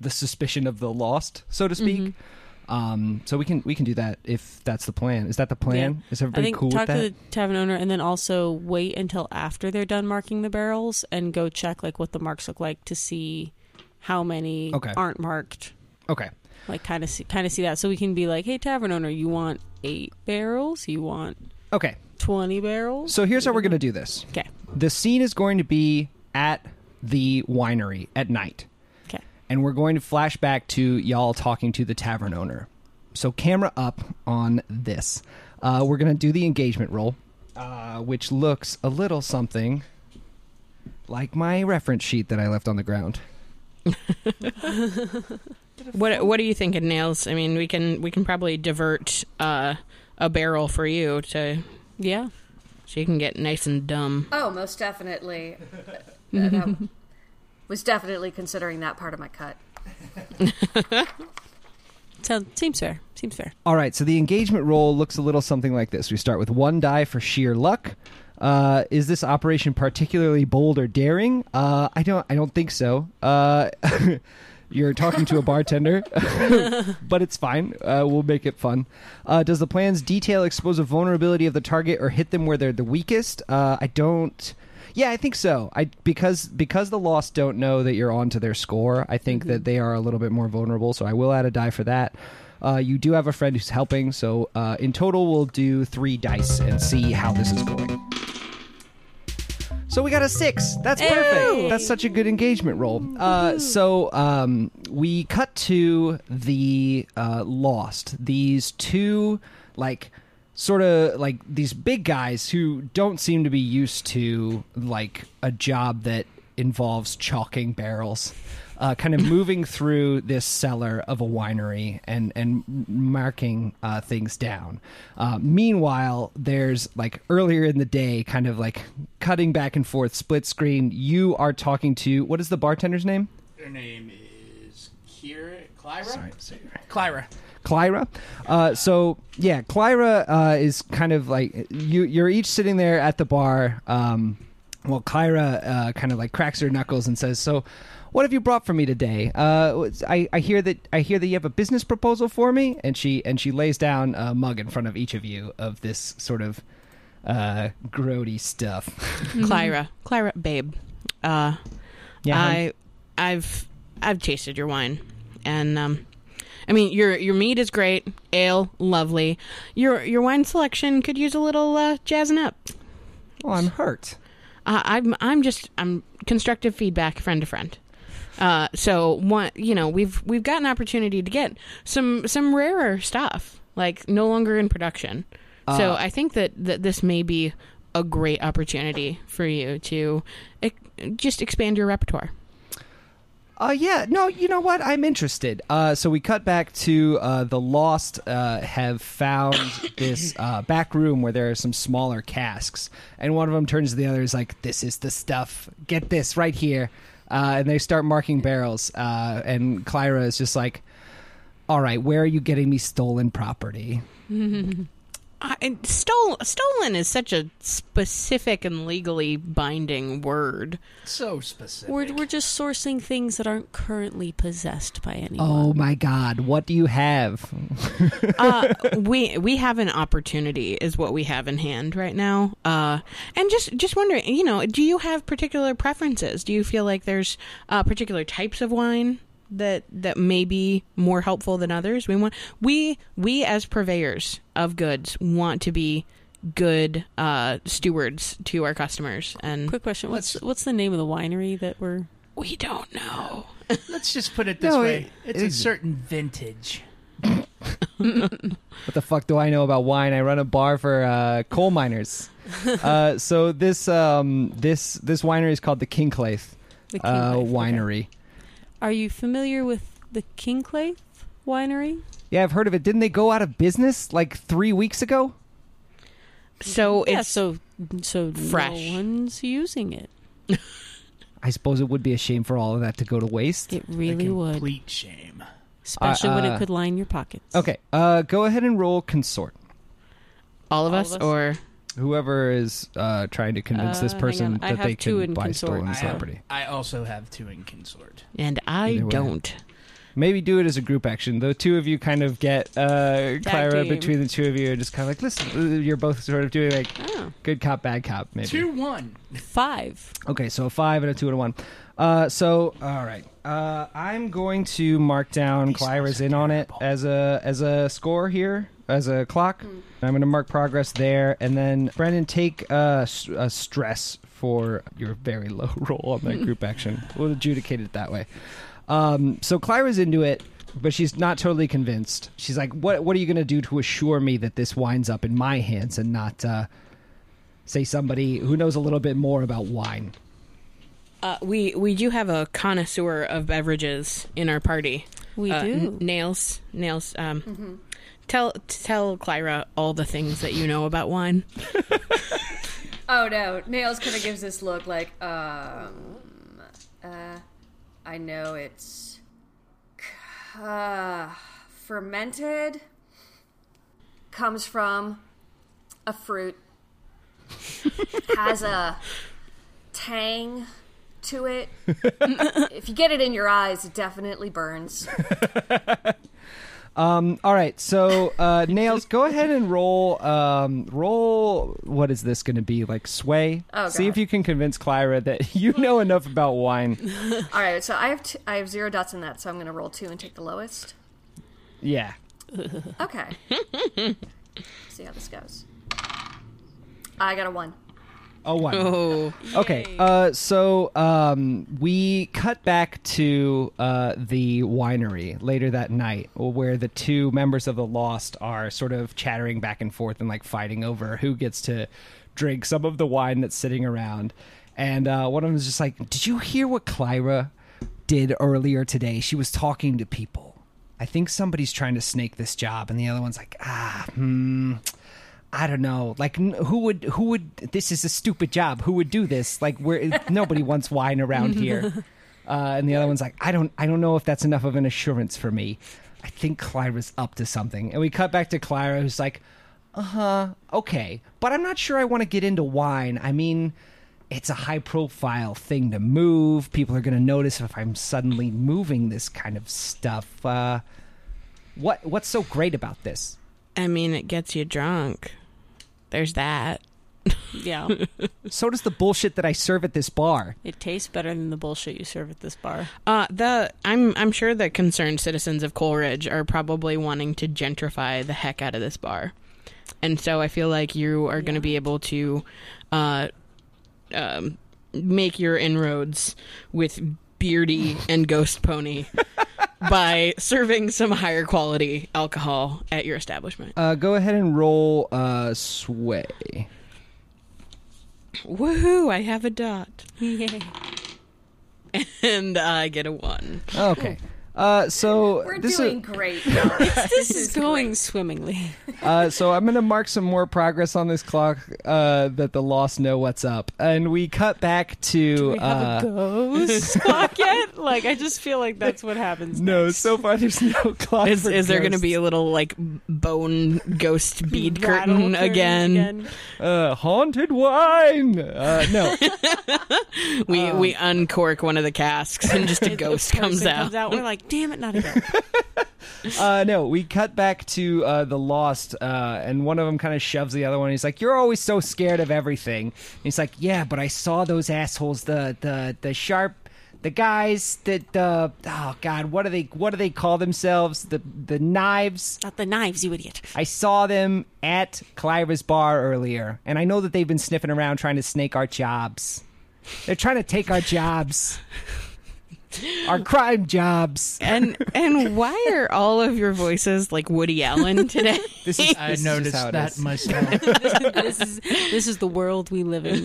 the suspicion of the lost, so to speak.
Mm-hmm.
Um, so we can we can do that if that's the plan. Is that the plan? Is
I
everybody
think
cool with
talk
that?
to the tavern owner and then also wait until after they're done marking the barrels and go check like what the marks look like to see how many
Okay.
aren't marked.
okay.
Like kind of see, kind of see that so we can be like, "Hey tavern owner, you want 8 barrels? You want
Okay.
20 barrels?"
So here's how we're going to do this.
okay.
The scene is going to be at the winery at night.
Okay.
and we're going to flash back to y'all talking to the tavern owner. So, camera up on this. Uh, we're going to do the engagement roll, uh, which looks a little something like my reference sheet that I left on the ground.
What What are you thinking, Nails? I mean, we can we can probably divert uh, a barrel for you to
Yeah.
so you can get nice and dumb.
Oh, most definitely. That- that was definitely considering that part of my cut.
Sounds seems fair. Seems fair.
All right, so the engagement roll looks a little something like this. We start with one die for sheer luck. Uh, is this operation particularly bold or daring? Uh, I don't. I don't think so. Uh, you're talking to a bartender, but it's fine. Uh, we'll make it fun. Uh, does the plan's detail expose a vulnerability of the target or hit them where they're the weakest? Uh, I don't. Yeah, I think so. I because because the lost don't know that you're onto their score. I think that they are a little bit more vulnerable. So I will add a die for that. Uh, you do have a friend who's helping, so uh, in total we'll do three dice and see how this is going. So we got a six. That's perfect. That's such a good engagement roll. Uh, so um, we cut to the uh, lost. These two, like, sort of like these big guys who don't seem to be used to like a job that involves chalking barrels. Uh, kind of moving through this cellar of a winery and and marking uh, things down. Uh, meanwhile, there's like earlier in the day, kind of like cutting back and forth, split screen. You are talking to what is the bartender's name?
Her name is Kira Clyra. Clyra.
Clyra. Uh, so yeah, Clyra uh, is kind of like you. You're each sitting there at the bar. Um, well, Clyra uh, kind of like cracks her knuckles and says, "So, what have you brought for me today? Uh, I, I hear that I hear that you have a business proposal for me." And she and she lays down a mug in front of each of you of this sort of uh, grody stuff.
Clyra, Clyra, babe. Uh,
Yeah, hun?
I, I've I've tasted your wine, and um, I mean your your mead is great, ale lovely. Your your wine selection could use a little uh, jazzing up.
Well, Oh, I'm hurt.
Uh, I'm I'm just I'm constructive feedback, friend to friend. Uh, so one, you know, we've we've got an opportunity to get some some rarer stuff, like no longer in production. so I think that that this may be a great opportunity for you to ex- just expand your repertoire.
Uh, yeah, no, you know what? I'm interested. Uh, so we cut back to uh, the Lost uh, have found this uh, back room where there are some smaller casks, and one of them turns to the other is like, "This is the stuff. Get this right here," uh, and they start marking barrels. Uh, and Clyra is just like, "All right, where are you getting me stolen property?"
I, and stole, stolen is such a specific and legally binding word.
So specific.
We're, we're just sourcing things that aren't currently possessed by anyone.
Oh my God! What do you have?
Uh, we we have an opportunity, is what we have in hand right now. Uh, and just just wondering, you know, do you have particular preferences? Do you feel like there's uh, particular types of wine that that may be more helpful than others? We want we we as purveyors of goods want to be good uh, stewards to our customers, and
Quick question: What's what's the name of the winery that we're?
we don't know.
Let's just put it this
No,
way:
it-
it's a
it's-
certain vintage.
What the fuck do I know about wine? I run a bar for uh, coal miners. uh, so this um, this this winery is called the Kinclaith,
The
uh,
Kingclaith, okay.
winery.
Are you familiar with the Kingclaith Winery?
Yeah, I've heard of it. Didn't they go out of business like three weeks ago?
So
yeah,
it's
so so
fresh.
No one's using it.
I suppose it would be a shame for all of that to go to waste.
It
A
really would,
complete shame.
especially when
uh,
it could line your pockets.
Okay, uh, go ahead and roll consort.
all of
all
us,
of us?
or
Whoever is uh, trying to convince
Uh,
this
hang
person
on. I
that
have
they
two
can
in
buy
consort.
stolen
I have-
property.
I also have two in consort.
and I
Either way.
don't.
Maybe do it as a group action. The two of you kind of get uh, Clara
team.
between the two of you, are just kind of like, listen, uh, you're both sort of doing like
Oh,
good cop, bad cop, maybe.
Two one.
five.
Okay, so a five and a two and a one. Uh, so all right, uh, I'm going to mark down
These
Clyra's
things are
in on it
terrible.
as a as a score here, as a clock. I'm going to mark progress there, and then Brendan take uh, s- a stress for your very low roll on that group action. We'll adjudicate it that way. Um, so Clyra's into it. But she's not totally convinced. She's like, "What? What are you going to do to assure me that this winds up in my hands and not, uh, say, somebody who knows a little bit more about wine?"
Uh, we we do have a connoisseur of beverages in our party.
We
Uh,
do. Mm-hmm.
N- nails, nails. Um, tell tell Clyra all the things that you know about wine.
Oh no, Nails kind of gives this look like, um, uh, I know it's uh, fermented. Comes from a fruit. Has a tang to it. if you get it in your eyes, it definitely burns.
All right, so uh, nails, go ahead and roll. Um, roll. What is this going to be like? Sway.
Oh,
See
God.
if you can convince Clyra that you know enough about wine.
All right, so I have t- I have zero dots in that, so I'm going to roll two and take the lowest.
Yeah.
Okay. See how this goes. I got a one.
Oh, one.
Oh,
Okay. Uh, so um, we cut back to uh, the winery later that night, where the two members of the Lost are sort of chattering back and forth and like fighting over who gets to drink some of the wine that's sitting around. And uh, one of them is just like, "Did you hear what Clyra did earlier today? She was talking to people. I think somebody's trying to snake this job." And the other one's like, "Ah, hmm." I don't know. Like, n- who would who would? This is a stupid job. Who would do this? Like, where nobody wants wine around here. Uh, and the other one's like, I don't, I don't know if that's enough of an assurance for me. I think Clara's up to something. And we cut back to Clara, who's like, uh huh, okay, but I'm not sure I want to get into wine. I mean, it's a high profile thing to move. People are going to notice if I'm suddenly moving this kind of stuff. Uh, what what's so great about this?
I mean, it gets you drunk. There's that.
Yeah,
So does the bullshit that I serve at this bar.
it tastes better than the bullshit you serve at this bar.
Uh, the I'm I'm sure the concerned citizens of Coleridge are probably wanting to gentrify the heck out of this bar, and so I feel like you are going to be able to, uh, um, make your inroads with Beardy and Ghost Pony by serving some higher quality alcohol at your establishment.
Uh, go ahead and roll uh, sway.
Woohoo! I have a dot,
Yay.
and I get a one.
Okay. Uh, so
We're
this
doing
is,
great.
This is going swimmingly.
uh, so I'm gonna mark some more progress on this clock uh, that the lost know what's up, and we cut back to
We have
uh,
a ghost clock yet? Like, I just feel like that's what happens.
no.
next.
So far, there's no clock.
Is,
for
is there going to
ghosts.
be a little like bone ghost bead
Rattle curtain
curtain again?
uh, haunted wine? Uh, no.
We we uncork one of the casks and just a ghost comes
Person
out.
Comes out. We're like, damn it, not again.
Uh, no, we cut back to uh, the lost, uh, and one of them kind of shoves the other one. He's like, "You're always so scared of everything." And he's like, "Yeah, but I saw those assholes, the the the sharp, the guys that the oh god, what do they what do they call themselves? The the knives.
not the knives, you idiot.
I saw them at Cliva's bar earlier, and I know that they've been sniffing around trying to snake our jobs. They're trying to take our jobs." Our crime jobs.
And and why are all of your voices like Woody Allen today?
This is,
I
this is just
noticed
how it
that
is.
myself.
this is this is the world we live in.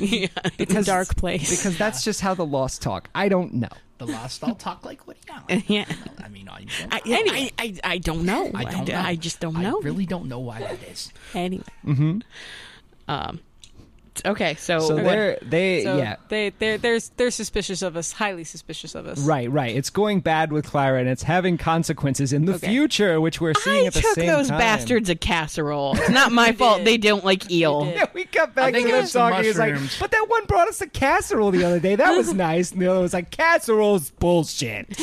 It's a dark place.
because that's just how the lost talk. I don't know.
the lost, I'll talk like Woody Allen.
yeah.
I mean, I,
I,
don't,
anyway, I, I, I don't know.
I, don't
d-
know.
I just don't know.
I really don't know why that is.
anyway,
um, okay, so,
So
what-
they're they
so
yeah.
they they they're they're suspicious of us, highly suspicious of us.
Right, right. It's going bad with Clara, and it's having consequences in the
Okay.
future, which we're seeing
I
at the
took
same
those
time.
bastards a casserole. It's not my fault.
did.
They don't like eel.
did.
Yeah, we got back to
think it
them
was the
talking. He's like,
mushrooms.
but that one brought us a casserole the other day. That was nice. And the other was like, casserole's bullshit.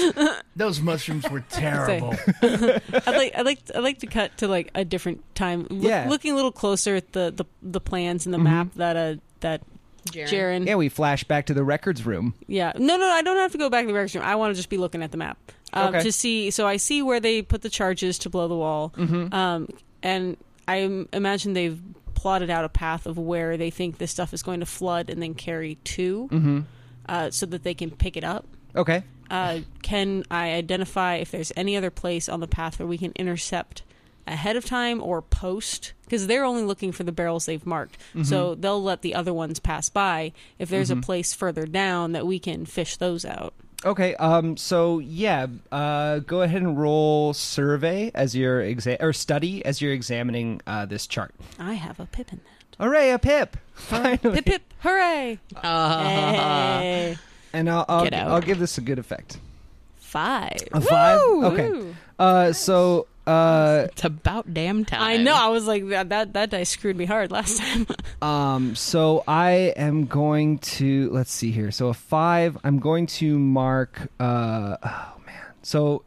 Those mushrooms were terrible.
I'd like I'd like I'd like to cut to like a different time. Look,
Yeah. Mm-hmm.
looking a little closer at the the, the plans and the map that uh that Jaren.
Yeah, we flash back to the records room.
Yeah. No, no, I don't have to go back to the records room. I want to just be looking at the map um,
Okay.
to see. So I see where they put the charges to blow the wall, um, and I im- imagine they've plotted out a path of where they think this stuff is going to flood and then carry to, uh, so that they can pick it up.
Okay.
Uh, can I identify if there's any other place on the path where we can intercept ahead of time or post? Because they're only looking for the barrels they've marked. So they'll let the other ones pass by. If there's a place further down that we can fish those out.
Okay. Um. So yeah. Uh. Go ahead and roll survey as your exam or study as you're examining uh, this chart.
I have a pip in that.
Hooray! A pip. Finally.
Pip, pip, hooray! Hey.
and I'll I'll,
Get out.
I'll give this a good effect.
Five.
A five.
Woo!
Okay. Uh, so uh,
It's about damn time.
I know. I was like that. That that dice screwed me hard last time.
um, so I am going to let's see here. So a five. I'm going to mark. Uh, oh man. So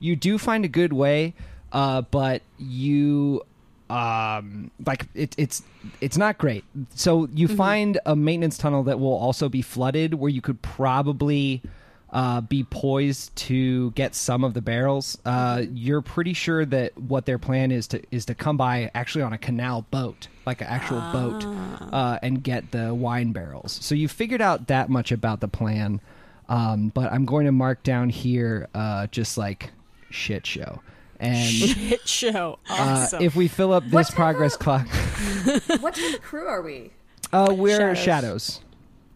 you do find a good way, uh, but you um like it, it's it's not great so you find a maintenance tunnel that will also be flooded where you could probably uh, be poised to get some of the barrels. Uh, you're pretty sure that what their plan is to is to come by actually on a canal boat, like an actual boat, uh, and get the wine barrels. So you figured out that much about the plan, um, but I'm going to mark down here uh, just like shit show. And
Hit show.
uh,
Awesome.
if we fill up
What
this
type
progress
of-
clock,
what type of crew are we?
uh, we're shadows.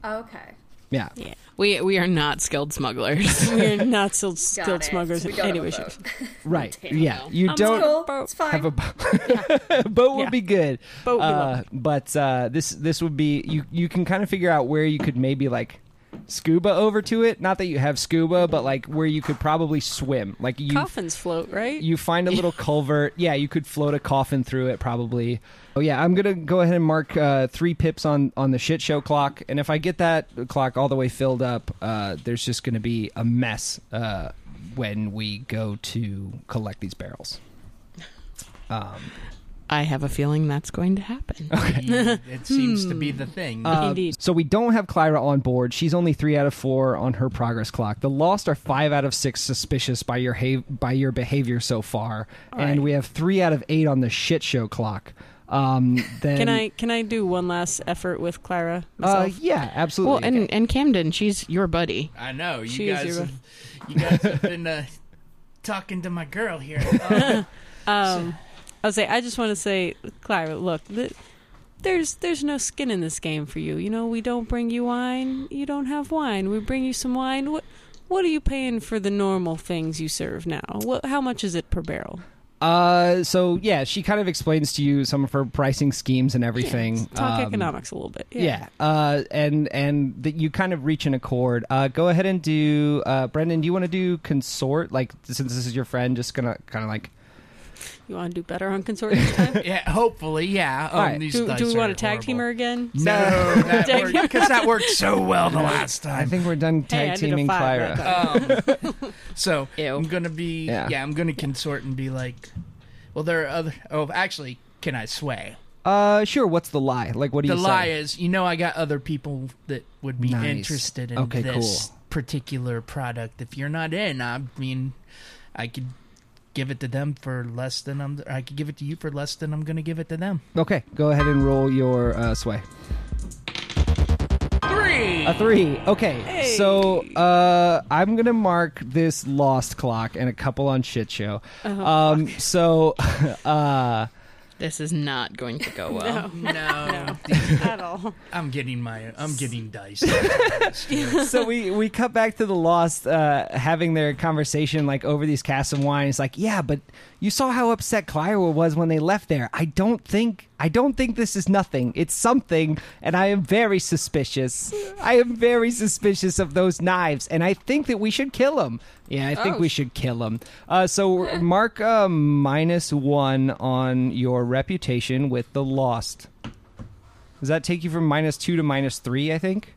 Shadows.
Okay.
Yeah.
We we are not skilled smugglers.
We're not still,
Got
still
it.
smugglers
We
in
got
any
a
way, shape,
vote.
or form.
Right. Yeah. You
It's
don't.
cool.
Cool. It's fine.
have a boat. boat would
Yeah.
be good.
Boat would be
Uh,
lovely.
but uh, this this would be you. You can kind of figure out where you could maybe like scuba over to it. Not that you have scuba, but like where you could probably swim. Like you
Coffins float, right?
you find a little culvert. Yeah, you could float a coffin through it probably. Oh yeah, I'm gonna go ahead and mark uh, three pips on on the shit show clock. And if I get that clock all the way filled up, uh, there's just gonna be a mess uh, when we go to collect these barrels.
I have a feeling that's going to
Oh,
happen.
it seems to be the thing.
Indeed.
So we don't have Clyra on board. She's only three out of four on her progress clock. The lost are five out of six suspicious by your ha- by your behavior so far, and we have three out of eight on the shit show clock. Um, then,
Can I can I do one last effort with Clara?
Uh,
Myself?
yeah, absolutely.
Well, and and Camden, she's your buddy.
I know you
She is
guys.
your-
Have, you guys have been uh, talking to my girl here. Uh,
um, I'll say I just want to say, Clara, look, th- there's there's no skin in this game for you. You know, we don't bring you wine. You don't have wine. We bring you some wine. What What are you paying for the normal things you serve now? What, how much is it per barrel?
Uh, so yeah, she kind of explains to you some of her pricing schemes and everything.
Talk
Um,
economics a little bit.
Yeah, uh, and and that you kind of reach an accord. Uh, go ahead and do, uh, Brendan. Do you want to do consort? Like since this is your friend, just gonna kind of like
You want to do better on consort this time?
Yeah, hopefully, yeah. Um,
right.
these
do,
dice
do we
are
want to tag team
horrible.
her again?
No, that
Tag
worked-
team.
because that worked so well the last
I
time.
think we're done tag
Hey, I did a
teaming
five
Clara.
that
So
Ew.
I'm gonna be
Yeah.
yeah. I'm gonna consort and be like, well, there are other. Oh, actually, can I sway?
Uh, sure. What's the lie? Like, what do
The
you
lie
say?
is, you know, I got other people that would be
Nice.
interested in
Okay,
this
cool.
particular product. If you're not in, I mean, I could give it to them for less than I'm. I could give it to you for less than I'm gonna give it to them.
Okay, go ahead and roll your uh, sway.
Three.
A three. Okay, so uh, I'm gonna mark this lost clock and a couple on shit show.
Uh-huh.
um, so uh,
This is not going to go well.
no,
At all.
I'm getting my. I'm getting dice.
so we we cut back to the lost uh, having their conversation like over these casks of wine. It's like, yeah, but you saw how upset Clara was when they left there. I don't think I don't think this is nothing. It's something, and I am very suspicious. I am very suspicious of those knives, and I think that we should kill them. Yeah, I think we should kill them. Uh, so mark uh, minus one on your reputation with the lost. Does that take you from minus two to minus three? I think.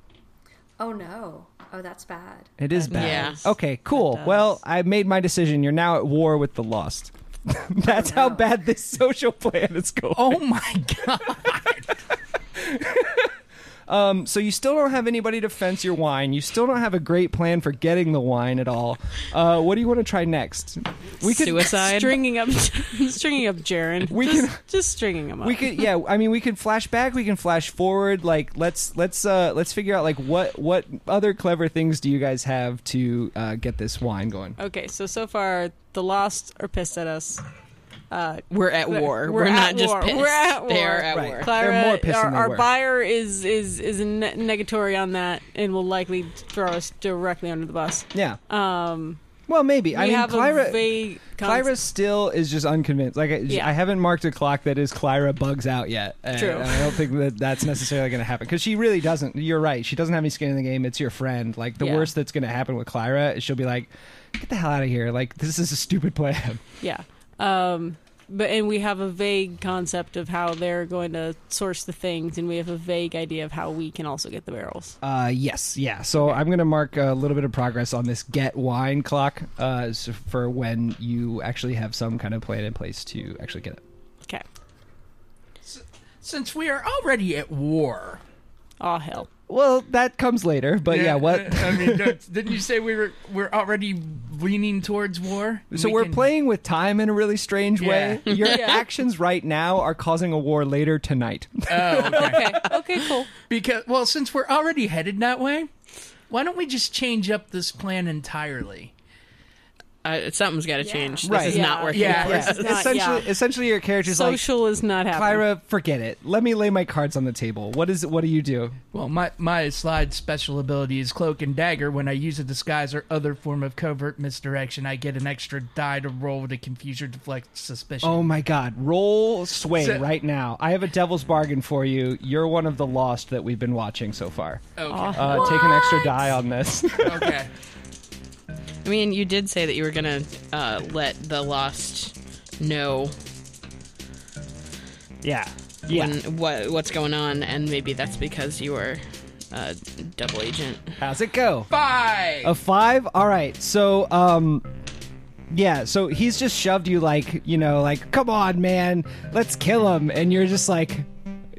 Oh no. Oh, that's bad.
It is bad.
does.
Okay, cool. Well, I made my decision. You're now at war with the lost. That's how bad this social plan is going.
oh my god.
Um, so you still don't have anybody to fence your wine. You still don't have a great plan for getting the wine at all. Uh, what do you want to try next? We could
Suicide.
Stringing up, stringing up Jaren.
We
just,
can-
just stringing him up.
we could yeah i mean we can flash back we can flash forward like let's let's uh let's figure out like what what other clever things do you guys have to uh get this wine going
Okay, so so far the lost are pissed at us. Uh,
We're at war. We're,
we're
not
at
just
war.
pissed.
We're at
They
war.
are at
Right.
war.
Clara,
more pissed
our,
than they
our
were.
buyer is is is a ne- negatory on that, and will likely throw us directly under the bus.
yeah
Um,
well maybe
we
i mean
have
clara
a vague. con-
Clyra still is just unconvinced. Like I,
Yeah.
I haven't marked a clock that is Clyra bugs out yet. And
True.
I don't think that that's necessarily going to happen because she really doesn't. You're right. She doesn't have any skin in the game. It's your friend. Like the
Yeah.
worst that's going to happen with Clyra is she'll be like, "Get the hell out of here! Like this is a stupid plan."
Yeah. Um, but and we have a vague concept of how they're going to source the things, and we have a vague idea of how we can also get the barrels.
Uh, yes, yeah. So I'm going to mark a little bit of progress on this get wine clock uh, s- for when you actually have some kind of plan in place to actually get it.
Okay.
Since we are already at war.
Oh hell.
Well, that comes later, but yeah, what?
I mean, don't- didn't you say we were we're already leaning towards war?
So
We
we are
can-
playing with time in a really strange way.
Yeah.
Your actions right now are causing a war later tonight.
Oh, okay.
Okay. Okay. Cool.
because well, since we're already headed that way, why don't we just change up this plan entirely?
Uh, something's got to change.
Right.
This is not
Yeah.
working.
Yeah.
for us.
It's not-
essentially,
yeah.
essentially, your character's
Social is not
like,
happening.
Clara, forget it. Let me lay my cards on the table. What is? What do you do?
Well, my my slide special ability is cloak and dagger. When I use a disguise or other form of covert misdirection, I get an extra die to roll to confuse or deflect suspicion.
Oh my God! Roll sway
So-
right now. I have a devil's bargain for you. You're one of the lost that we've been watching so far.
okay.
Uh, take an extra die on this.
okay.
I mean, you did say that you were gonna uh, let the lost know
yeah. Yeah.
when what what's going on, and maybe that's because you were uh, double agent.
How's it go?
Oh.
Bye.
A five? All right. So, um, yeah. So he's just shoved you like, you know, like, come on, man, let's kill him, and you're just like,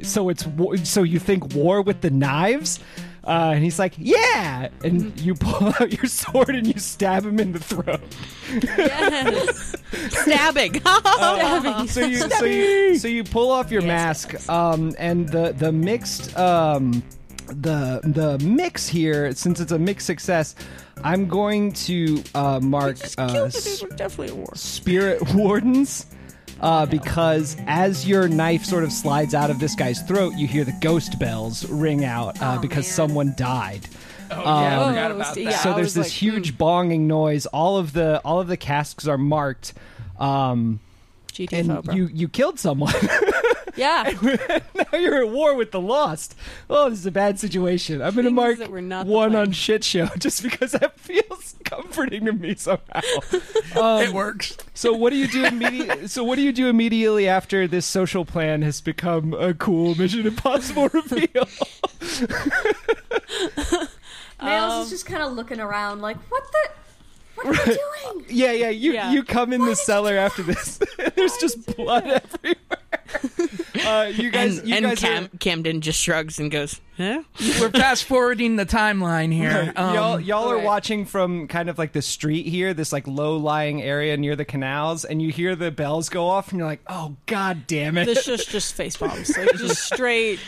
so it's wa- so you think war with the knives. Uh, and he's like, "Yeah!" And you pull out your sword and you stab him in the throat.
Yes.
Stabbing.
Oh.
So you, so you, so you pull off your mask, um, and the the mixed, um, the the mix here, since it's a mixed success, I'm going to uh, mark uh, s-
We're definitely at war.
spirit wardens uh, because as your knife sort of slides out of this guy's throat, you hear the ghost bells ring out uh,
Oh,
because
man.
someone died.
Oh, yeah, I
Um,
forgot
Oh,
about that.
yeah.
so
I
there's
was
this
like, hmm.
huge bonging noise. All of the all of the casks are marked. Um, and
GTFO, bro.
you you killed someone.
yeah.
now you're at war with the lost. Oh, this is a bad situation. I'm going to
Things
mark
that were not the
one
plan.
on shit show just because that feels comforting to me somehow. Um,
it works.
so what do you do immediately? So what do you do immediately after this social plan has become a cool Mission Impossible reveal?
Nails
Um,
is just kind of looking around, like, what the? What are you doing?
yeah, yeah. You
Yeah.
you come in the cellar after this. There's just blood everywhere. Uh, you guys,
and
you
and
guys are-
Cam- Camden just shrugs and goes, "Huh?
We're fast forwarding the timeline here. Um,
y'all y'all are
right.
watching from kind of like the street here, this like low lying area near the canals, and you hear the bells go off, and you're like, "Oh god damn it!"
This just just face bombs, like just straight.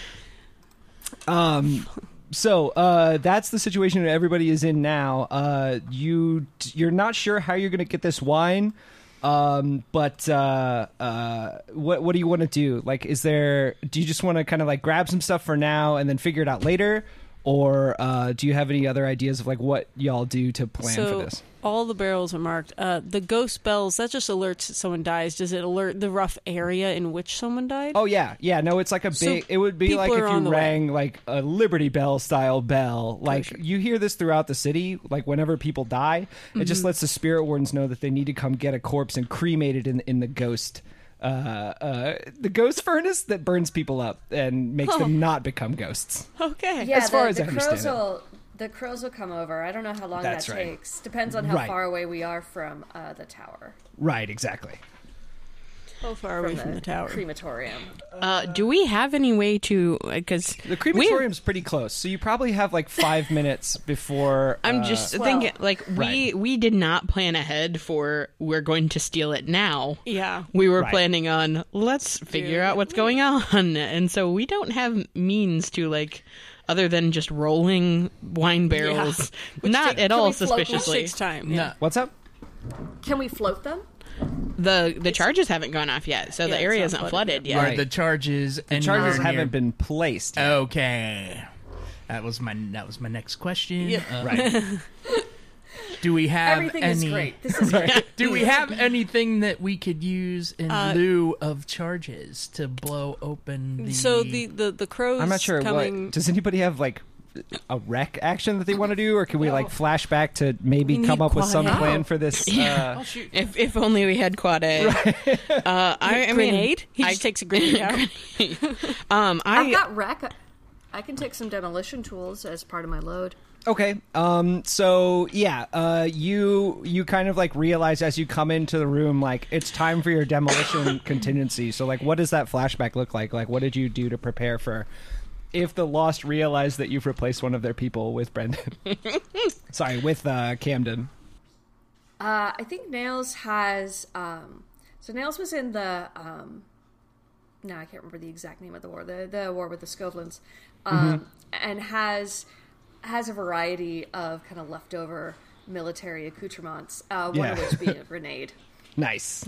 Um, so uh, that's the situation that everybody is in now. Uh, you you're not sure how you're going to get this wine, um, but uh, uh, what what do you want to do? Like, is there? Do you just want to kind of like grab some stuff for now and then figure it out later? Or uh, do you have any other ideas of like what y'all do to plan
so
for this?
all the barrels are marked. Uh, the ghost bells that just alerts that someone dies. Does it alert the rough area in which someone died?
Oh yeah, yeah. No, it's like a big.
So
it would be
people
like if
are on
you
the way.
rang like a Liberty Bell style bell. Like you hear this throughout the city. Like whenever people die, it just
Mm-hmm.
lets the spirit wardens know that they need to come get a corpse and cremate it in in the ghost. Uh, uh, the ghost furnace that burns people up and makes them not become ghosts.
okay.
Yeah,
As far
the,
as
the
I
crows
understand it.
will the crows will come over. I don't know how long
That's
that
right.
takes. Depends on how
Right.
far away we are from uh, the tower,
Right, exactly.
How far away from the tower?
crematorium.
Uh, do we have any way to? uh, Because
The crematorium's pretty close, so you probably have like five minutes before.
I'm
uh,
just
Well-
thinking, like we
Right.
we did not plan ahead for we're going to steal it now.
Yeah.
We were
Right.
planning on let's figure out what's going on, and so we don't have means to like other than just rolling wine barrels, not at all
we float- which
Which
suspiciously.
takes time.
no.
What's up?
Can we float them?
The the charges haven't gone off yet, so the
it's
area
not
isn't
flooded
flooded
Are
yet.
Right.
the charges and
Charges
we're
haven't
near-
been placed. yet.
Okay. That was my that was my next question.
Yeah.
Uh,
Right.
Do we have
Everything
any,
is great. This is great.
Do we have anything that we could use in
Uh,
lieu of charges to blow open the
So the the the crows.
I'm not sure.
Coming,
What does anybody have like a rec action that they want to do, or can we like flash back to maybe come up with some
quiet.
plan for this? Uh,
If if only we had quad A. Uh, I, I mean,
grenade? He just takes a grenade out.
um,
I've
I
got wreck. I can take some demolition tools as part of my load.
okay. Um. So yeah. Uh. You you kind of like realize as you come into the room, like it's time for your demolition contingency. So like, what does that flashback look like? Like, what did you do to prepare for? If the lost realize that you've replaced one of their people with Brendan, sorry, with uh, Camden,
Uh, I think Nails has. Um, so Nails was in the. Um, no, I can't remember the exact name of the war. The the war with the Scovlands, um, and has has a variety of kind of leftover military accoutrements. Uh, one of
Yeah.
which being a grenade.
nice.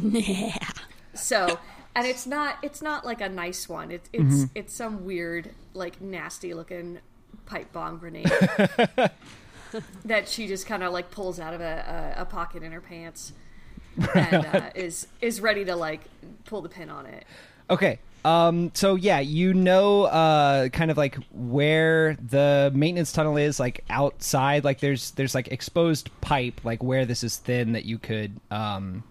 So, and it's not it's not like a nice one. It's it's
Mm-hmm.
it's some weird like nasty looking pipe bomb grenade that she just kind of like pulls out of a, a, a pocket in her pants and uh, is is ready to like pull the pin on it.
Okay. Um, so yeah, you know, uh, kind of like where the maintenance tunnel is, like outside. Like there's there's like exposed pipe, like where this is thin that you could um,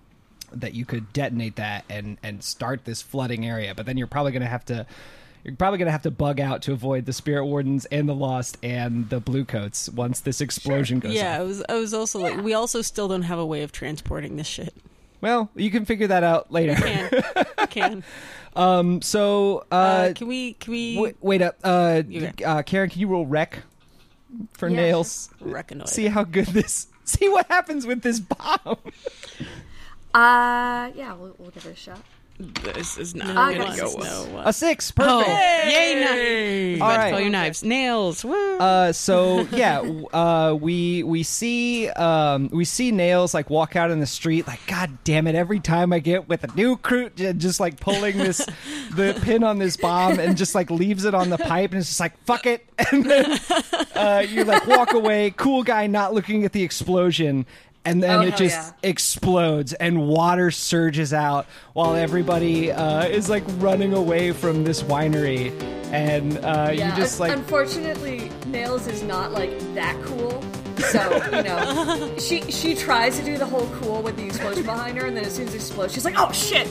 that you could detonate that and and start this flooding area. But then you're probably gonna have to you're probably gonna have to bug out to avoid the spirit wardens and the lost and the bluecoats once this explosion goes.
Yeah,
off.
I was. I was also like, we also still don't have a way of transporting this shit.
Well, you can figure that out later.
Can can.
so uh,
Uh, can we? Can we?
wait, wait up, uh,
Okay.
uh, Karen, can you roll rec for
Yeah,
nails?
Reconnoiter.
see how good this see what happens with this bomb
Uh, yeah, we'll, we'll give it a shot.
This is
uh,
not
I
gonna
got
go
six.
well.
A six,
Oh,
perfect.
yay! Knives.
All
Let's
right.
call you knives. Nails. Woo.
Uh, so yeah, w- uh, we we see um, we see nails like walk out in the street like God damn it! Every time I get with a new crew, j- just like pulling this the pin on this bomb and just like leaves it on the pipe and it's just like fuck it, and then uh, you like walk away, cool guy not looking at the explosion. And then
Oh,
it
hell
just
yeah.
explodes and water surges out while everybody uh, is like running away from this winery. And uh, you just
un-
like
unfortunately, Nails is not like that cool. So you know, she she tries to do the whole cool with the explosion behind her, and then as soon as it explodes, she's like, "Oh shit!"